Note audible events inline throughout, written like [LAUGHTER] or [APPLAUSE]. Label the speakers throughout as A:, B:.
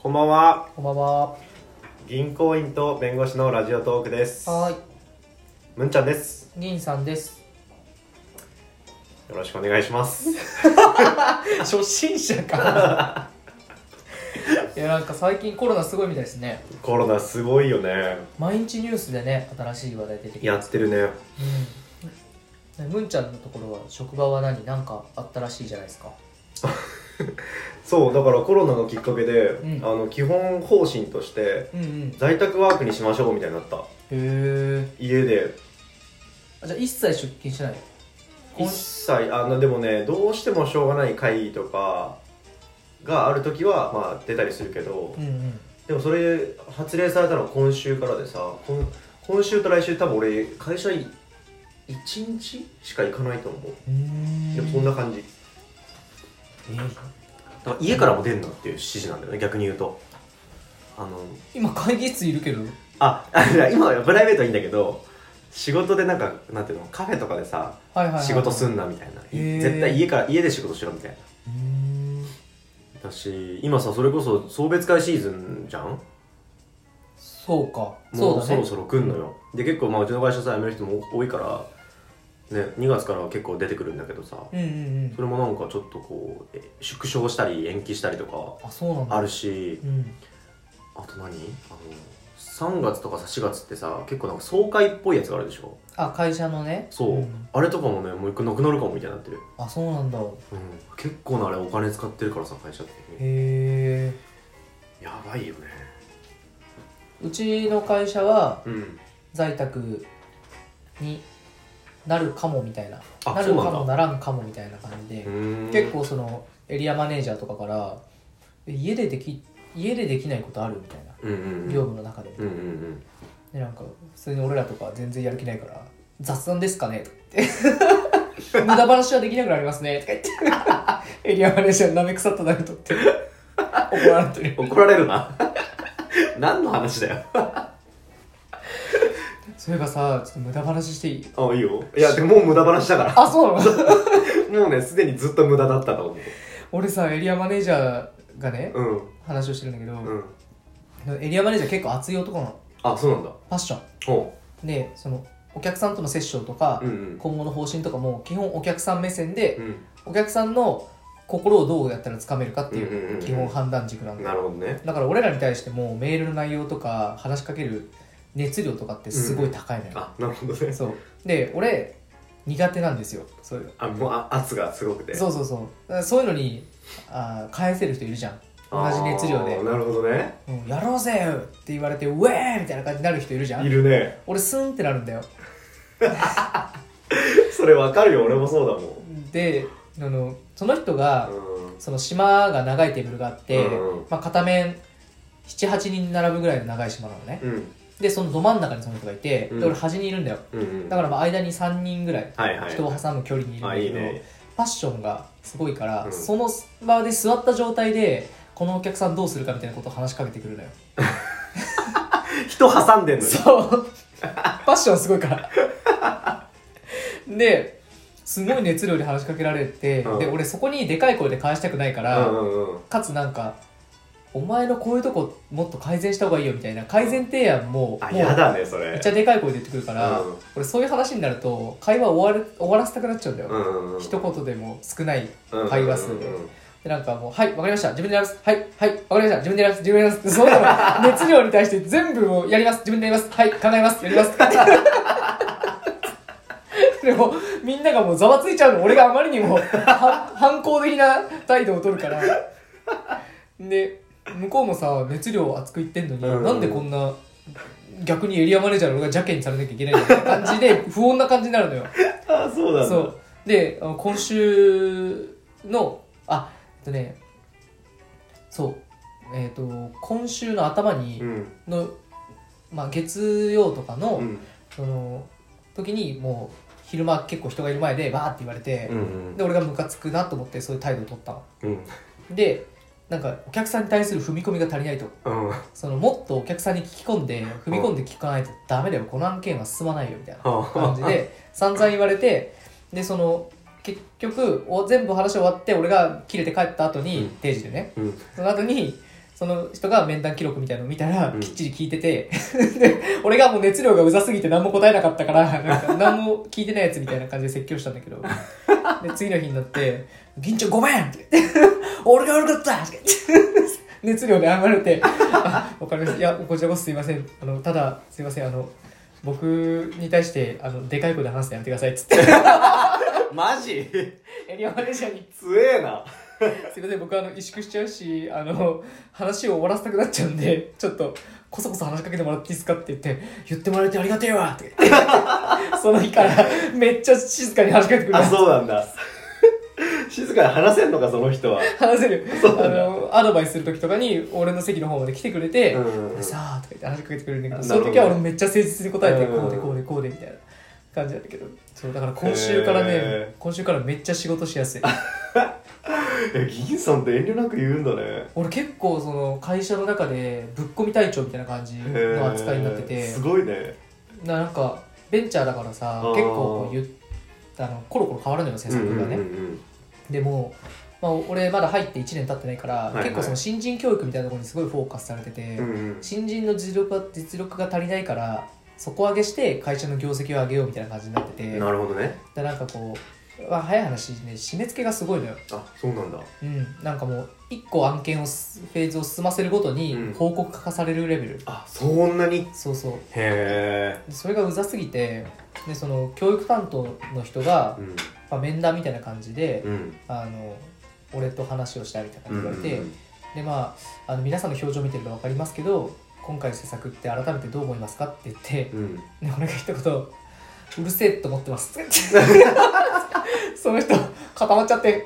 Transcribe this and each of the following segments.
A: こんばんは
B: こんばんは。
A: 銀行員と弁護士のラジオトークです
B: は
A: むんちゃんです
B: ーい、銀さんです。
A: よろしくお願いします
B: [LAUGHS]
A: [LAUGHS]
B: 初心者か。 [LAUGHS] いや、なんか最近コロナすごいみたいですね。
A: コロナすごいよね
B: 毎日ニュースでね、新しい話題出てきて。
A: やってるね
B: うん。ねむんちゃんのところは職場は何なんかあったらしいじゃないですか
A: そうだからコロナのきっかけで、
B: うん
A: あの基本方針として
B: うんうんへ
A: 在宅ワークにしましょうみたいになった
B: え
A: 家で
B: じゃあ一切出勤しないこん
A: 一切あのでもねどうしてもしょうがない会議とかがある時はまあ出たりするけど
B: うんうん
A: でもそれ発令されたのは今週からでさこん今週と来週多分俺会社1日しか行かないと思う
B: うーん
A: でもそんな感じだから家からも出んなっていう指示なんだよね逆に言うとあの
B: 今会議室いるけど
A: あ [LAUGHS] あいや今はプライベートはいいんだけど仕事でなんかなんていうのカフェとかでさ
B: はいはい、はい、
A: 仕事すんなみたいな
B: へー
A: 絶対家から家で仕事しろみたいな
B: うーん
A: だし今さそれこそ送別会シーズンじゃん
B: そうか
A: も
B: そう
A: そ
B: うだ
A: ろ
B: ね
A: そろ来んのよ、で結構まあうちの会社さ辞める人も多いから、ね、2月からは結構出てくるんだけどさ
B: うんうんうん
A: それもなんかちょっとこうえ縮小したり延期したりとか
B: あそうなんだ
A: あるし
B: うん
A: あと何あの3月とかさ4月ってさ結構なんか爽快っぽいやつがあるでしょ
B: あ会社のね
A: そう、
B: ん
A: あれとかもねもう一個なくなるかもみたいになってる、
B: あそうなんだへ
A: うん、結構なあれお金使ってるからさ会社って
B: え
A: やばいよね
B: うちの会社は
A: うん
B: 在宅になるかもみたいな
A: あ
B: な
A: そ
B: る
A: う
B: か
A: なん
B: も
A: だ
B: ならんかもみたいな感じ
A: う
B: で、
A: ーん
B: 結構そのエリアマネージャーとかからえ家ででき家でできないことあるみたいな
A: うんうんうん
B: 業務の中で,、
A: うんうんうん
B: でなんか普通に俺らとか全然やる気ないから「雑談ですかね?」とか言って [LAUGHS] 無駄話はできなくなりますね」 [LAUGHS] とか言ってエリアマネージャーなめ腐っただけとって怒られてる
A: 怒られるな [LAUGHS] 何の話だよ
B: そういえばさちょっと無駄話していい
A: あいいよいやでももう無駄話だか
B: あそうなの
A: ら [LAUGHS] もうねすでにずっと無駄だったと思う
B: 俺さエリアマネージャーがね
A: うん
B: 話をしてるんだけど、
A: うん
B: エリアマネージャー結構熱い男なの
A: あそうなんだ
B: パッショ
A: ほ
B: ンでそのお客さんとのセッションとか、
A: ううんうん
B: 今後の方針とかも基本お客さん目線で、
A: う
B: お客さんの心をどうやったらつかめるかって
A: うんうんうんう
B: い
A: ん
B: う基本判断軸なん
A: ん
B: だ
A: なるほどね
B: だから俺らに対してもメールの内容とか話しかける熱量とかってすごい高いのよ、
A: あなるほどね
B: そうで俺苦手なんですよそういうの
A: あもうあ圧がすごくて
B: そうそうそうだからそういうのにあー返せる人いるじゃん同じ熱量で
A: あーなるほどね
B: うんやろうぜって言われて、ウェーみたいな感じになる人いるじゃ
A: い
B: ん。
A: るね
B: 俺、スンってなるんだよ。
A: それわかるよ俺もそうだもん
B: で、あの、その人が、
A: うん
B: その島が長いテーブルがあって、
A: うんうん
B: まあ、片面、7、8人並ぶぐらいの長い島なのね。
A: うん
B: で、そのど真ん中にその人がいて、
A: うん
B: で、俺端にいるんだよ。
A: うんうん
B: だから、まあ、間に3人ぐらい、
A: はいはい
B: 人を挟む距離にいるん
A: あ
B: だ
A: い
B: け
A: い
B: ど、
A: ね
B: ファッションがすごいから、
A: うん
B: その場で座った状態で、このお客さんどうするかみたいなことを話しかけてくるのよ。
A: 人挟んでんのよ
B: そう。パッションすごいから。で、すごい熱量で話しかけられて、
A: うん
B: で、俺そこにでかい声で返したくないか
A: う
B: ら、
A: んうんうん
B: かつなんか、お前のこういうとこもっと改善した方がいいよみたいな改善提案も、
A: あ
B: も
A: や
B: う
A: だねそれ
B: めっちゃでかい声で言ってくるから、
A: うん
B: 俺そういう話になると会話終わる終わらせたくなっちゃうんだよ、
A: うんうんうん
B: 一言でも少ない
A: うん
B: 会話数で、
A: うんうんうん
B: でなんかもう、はい、わかりました、自分でやります、はい、はい、わかりました、自分でやります、自分でやります、その
A: [LAUGHS]
B: 他の熱量に対して全部をやります、自分でやります、はい、考えます、や
A: [LAUGHS]
B: ります。でも、みんながもうざわついちゃうの、俺があまりにもは反抗的な態度を取るから。で、向こうもさ、熱量熱く言ってんのに、
A: うん
B: なんでこんな、逆にエリアマネージャーの俺が邪険にされなきゃいけないみたいな感じで、不穏な感じになるのよ。
A: あそうなんだ
B: そうであの今週のあえっとねそうえっ、と今週の頭に
A: うん
B: の、まあ、月曜とかの,、
A: うん
B: その時にもう昼間結構人がいる前でバーって言われて
A: う、ん
B: で俺がムカつくなと思ってそういう態度を取ったの
A: うん
B: でなんかお客さんに対する踏み込みが足りないと
A: うんうん
B: そのもっとお客さんに聞き込んで踏み込んで聞かないとダメだよこの案件は進まないよみたいな感じで散々言われてでその結局お全部話終わって俺が切れて帰った後
A: う
B: に、
A: ん
B: [LAUGHS] 定時でね
A: うん
B: その後にその人が面談記録みたいのを見たら、
A: うん
B: きっちり聞いてて、 [LAUGHS] で、俺がもう熱量がうざすぎて何も答えなかった
A: [LAUGHS]
B: から、なんか何も聞いてないやつみたいな感じで説教したんだけど、で、次の日になって、銀ちゃんごめんって [LAUGHS] 言って、俺が悪かったって [LAUGHS] 言って熱量で謝られて、あわかりました。いや、こちらこそすいません。あの、ただ、すいません、あの、僕に対して、あの、でかい声で話すのやめてくださいっつって、
A: マジ
B: エリアマネージャーに。
A: 強えな
B: すいません僕あの萎縮しちゃうしあの話を終わらせたくなっちゃうんでちょっとこそこそ話しかけてもらっていいですかって言って言ってもらえてありがてえわって [LAUGHS] 言ってその日からめっちゃ静かに話しかけてく
A: [LAUGHS]
B: れ
A: あ
B: る
A: そうなん [LAUGHS] だ静かに話せんのかその人は
B: 話せる
A: そう
B: あ
A: なんだ
B: のアドバイスする時とかに俺の席の方まで来てくれて「
A: うん
B: 俺さあ」とか言って話しかけてくれるんだけど
A: な
B: そ
A: る
B: の
A: ほど
B: 時は俺めっちゃ誠実に答えて
A: うん
B: こうでこうでこうでみたいな感じなんだけどそうだから今週から
A: へ
B: ね
A: え
B: 今週からめっちゃ仕事しやすい
A: え銀さんって遠慮なく言うんだね
B: 俺結構その会社の中でぶっ込み隊長みたいな感じ
A: へ
B: の扱いになってて
A: すごいね
B: ななんかベンチャーだからさ
A: あー
B: 結構こう言っあのコロコロ変わるのよ政策がね、
A: うんうんうん
B: でも、まあ、俺まだ入って1年経ってないから、
A: はいはい
B: 結構その新人教育みたいなところにすごいフォーカスされてて、
A: うんうん
B: 新人の実力が実力が足りないから底上げして会社の業績を上げようみたいな感じになってて
A: なるほどね
B: でなんかこう、まあ、早い話ね締め付けがすごいのよ
A: あそうなんだ
B: うん、なんかもう1個案件をすフェーズを進ませるごと
A: う
B: に
A: ん
B: 報告化されるレベル、
A: あそんなに
B: そうそう
A: へ
B: でそれがうざすぎてでその教育担当の人が
A: え、うん
B: まあ、面談みたいな感じで、
A: うん
B: あの俺と話をしたいみたいな
A: う
B: 感じ
A: ん
B: で
A: うん
B: 言われて、でまああの皆さんの表情見てるか分かりますけど今回の施策って改めてどう思いますかって言って
A: うん
B: で俺が一言「うるせえと思ってます」 [LAUGHS] その人固まっちゃって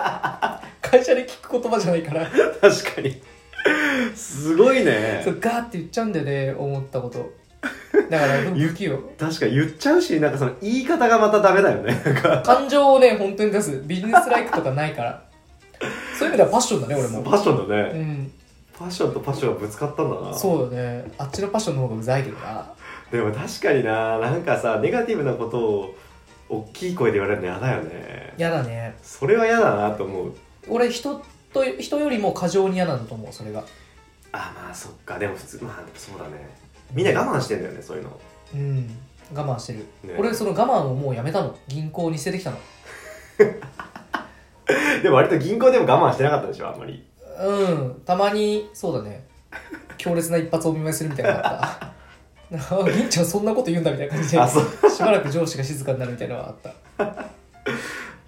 B: [LAUGHS] 会社で聞く言葉じゃないから
A: 確かにすごいね
B: そうガーって言っちゃうんだよね思ったこと
A: [LAUGHS]
B: だからでも不器用
A: 確かに言っちゃうしなんかその言い方がまたダメだよねなんか
B: 感情をね本当に出すビジネスライクとかないからそういう意味ではパッションだね俺も
A: パッションだ
B: う
A: ね
B: ん
A: パッションとパッションがぶつかったんだな
B: そうだねあっちのパッションの方がうざいけどな
A: でも確かにななんかさネガティブなことを大きい声で言われるの嫌だよね
B: 嫌だね
A: それは嫌だなと思う
B: 俺人と人よりも過剰に嫌なんだと思うそれが
A: あまあそっかでも普通まあそうだねみんな我慢してんだよねそういうの
B: うん我慢してる、
A: ね
B: 俺その我慢をもうやめたの銀行に捨ててきたの
A: でも割と銀行でも我慢してなかったでしょあんまり
B: うんたまにそうだね強烈な一発をお見舞いするみたいなのがあったあ [LAUGHS] 銀ちゃんそんなこと言うんだみたいな感じで
A: あそう [LAUGHS]
B: しばらく上司が静かになるみたいなのはあった
A: い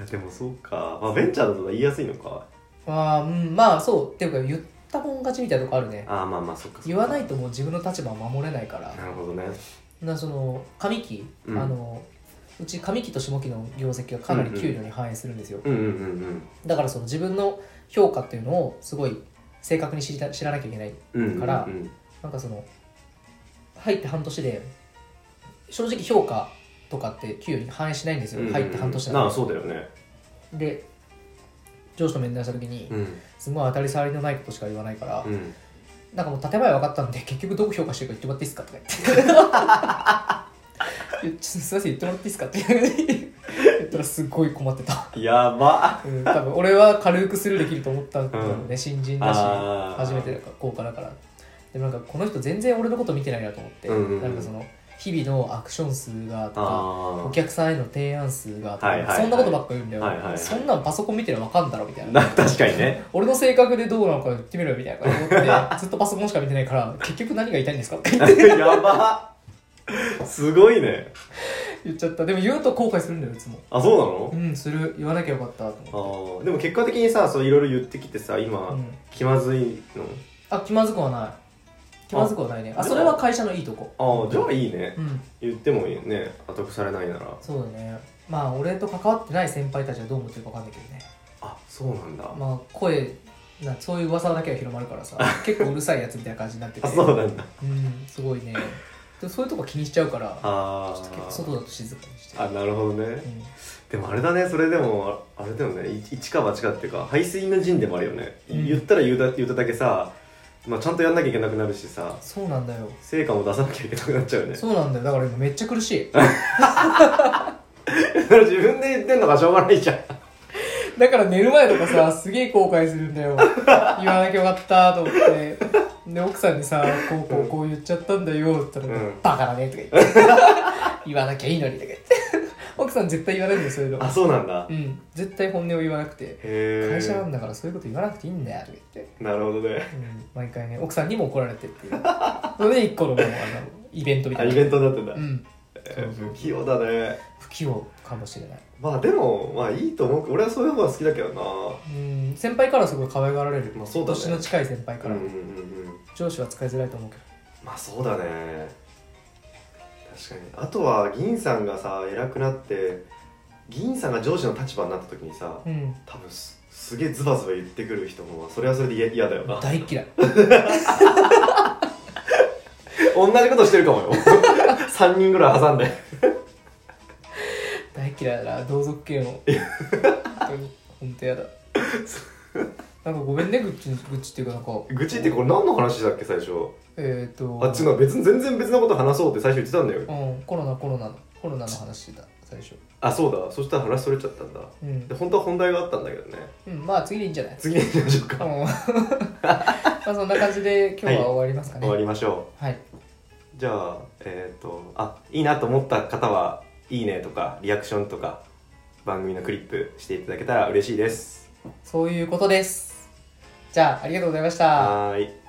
A: やでもそうか、まあ、ベンチャーだと言いやすいのか
B: まあ、うん、まあそうっていうか言ったもん勝ちみたいなとこあるね
A: ああまあまあそっか
B: 言わないいともう自分の立場を守れないから
A: なるほどね
B: なその上期、
A: うん
B: あのうち上期と下期の業績がかなり給料に反映するんですよ、
A: うんうんうん
B: だからその自分の評価っていうのをすごい正確に知りた知らなきゃいけない
A: うんうんうん
B: から
A: うん
B: なんかその入って半年で正直評価とかって給与に反映しないんですよ、入って半年
A: だ
B: な
A: な
B: の
A: あそうだよね
B: でで上司と面談した時に、
A: うん
B: すごい当たり障りのないことしか言わないから、
A: うん
B: なんかもう建前分かったんで結局どこ評価してるか言ってもらっていいですか
A: [LAUGHS]
B: とか言っていや「ちょっとすいません言ってもらっていいですか?」って言ったらすっごい困ってた、
A: やば
B: うん、多分俺は軽くスルーできると思ったんだろうね、新人だし
A: あー
B: 初めてだから効果だからでもなんかこの人全然俺のこと見てないなと思って、
A: うんうんうん
B: なんかその日々のアクション数がとか
A: あ
B: お客さんへの提案数がとか、
A: はいはいはい
B: そんなことばっか言うんだよ、
A: はいはいはい
B: そんなんパソコン見てりゃ分かんだろみたい
A: あ
B: な
A: な [LAUGHS] 確かにね
B: 俺の性格でどうなのか言ってみろよみたいな感じで思ってずっとパソコンしか見てな
A: [LAUGHS]
B: いから結局何が言いたいんですかって [LAUGHS] 言って
A: やばすごいね
B: 言っちゃったでも言うと後悔するんだよいつも
A: あそうな
B: う
A: の
B: んする言わなきゃよかったと思って
A: あーでも結果的にさそういろいろ言ってきてさ今、
B: うん
A: 気まずいの
B: あ気まずくはない気まずくはないねあそれは会社のいいとこ
A: ああじゃあいいね
B: うん
A: 言ってもいいね後得されないなら
B: そうだねまあ俺と関わってない先輩たちはどう思ってるか分かんないけどね
A: あそうなんだ
B: まあ声なそういう噂だけは広まるか
A: [LAUGHS]
B: らさ結構うるさいやつみたいな感じになってて
A: あそうなんだ
B: うんすごいねでそういうとこ気にしちゃうから
A: あ
B: ちょっと結構
A: ー
B: 外だと静かにしてる
A: あなるほどね
B: うん
A: でもあれだねそれでもああれだよねい一か八かっていうか排水の陣でもあるよね、
B: うん
A: 言ったら言うだ言っただけさ、まあ、ちゃんとやんなきゃいけなくなるしさ
B: そうなんだよ
A: 成果も出さなきゃいけなくなっちゃうよね
B: そうなんだよだから今めっちゃ苦しい
A: [LAUGHS] 自分で言ってんのがしょうがないじゃん
B: だから寝る前とかさすげえ後悔するんだよ言わなきゃよかったと思ってで奥さんにさ「こうこうこう言っちゃったんだよ」って言ったら
A: う
B: 「
A: ん
B: バカだね」とか言って [LAUGHS] 「言わなきゃいいのに」とか言って奥さん絶対言わないんだよそういうの
A: あそうなんだ
B: うん絶対本音を言わなくて
A: へえ
B: 会社なんだからそういうこと言わなくていいんだよとか言って、
A: なるほどね
B: うん、毎回ね奥さんにも怒られてっていう [LAUGHS] それで一個のもうあのイベントみた
A: あ
B: いな
A: イベントになってんだ、
B: うん
A: えー不器用だね
B: 不器用かもしれない
A: まあでもまあいいと思う俺はそういう方が好きだけどな
B: うん先輩からはすごい可愛がられる、
A: まあそうだね
B: 年の近い先輩から、
A: うんうんうんうん
B: 上司は使いづらいと思うけど
A: まあそうだね確かにあとは銀さんがさ偉くなって銀さんが上司の立場になった時にさ
B: うん
A: 多分すすげえズバズバ言ってくる人もそれはそれで嫌嫌だよな
B: 大っ嫌い
A: [LAUGHS] 同じことしてるか [LAUGHS] もよ3人ぐらい挟んで
B: 大っ嫌いだな同族系の本当に本当やだなんかごめんね愚痴愚痴っていうかなんか
A: 愚痴ってこれ何の話だっけ最初
B: えっ、ー、と
A: あっちの別に全然別のこと話そうって最初言ってたんだよ
B: うんコロナコロナのコロナの話してた最初
A: あそうだそしたら話それちゃったんだ
B: うん
A: で、本当は本題があったんだけどね
B: うん、まあ次でいいんじゃない
A: 次に行きましょう
B: う
A: か、
B: ん [LAUGHS] まあそんな感じで今日は終わりますかね
A: 終わりましょ
B: はい、
A: うじゃあえっ、とあいいなと思った方は「いいね」とかリアクションとか番組のクリップしていただけたら嬉しいです
B: そういうことですじゃあありがとうございました
A: はーい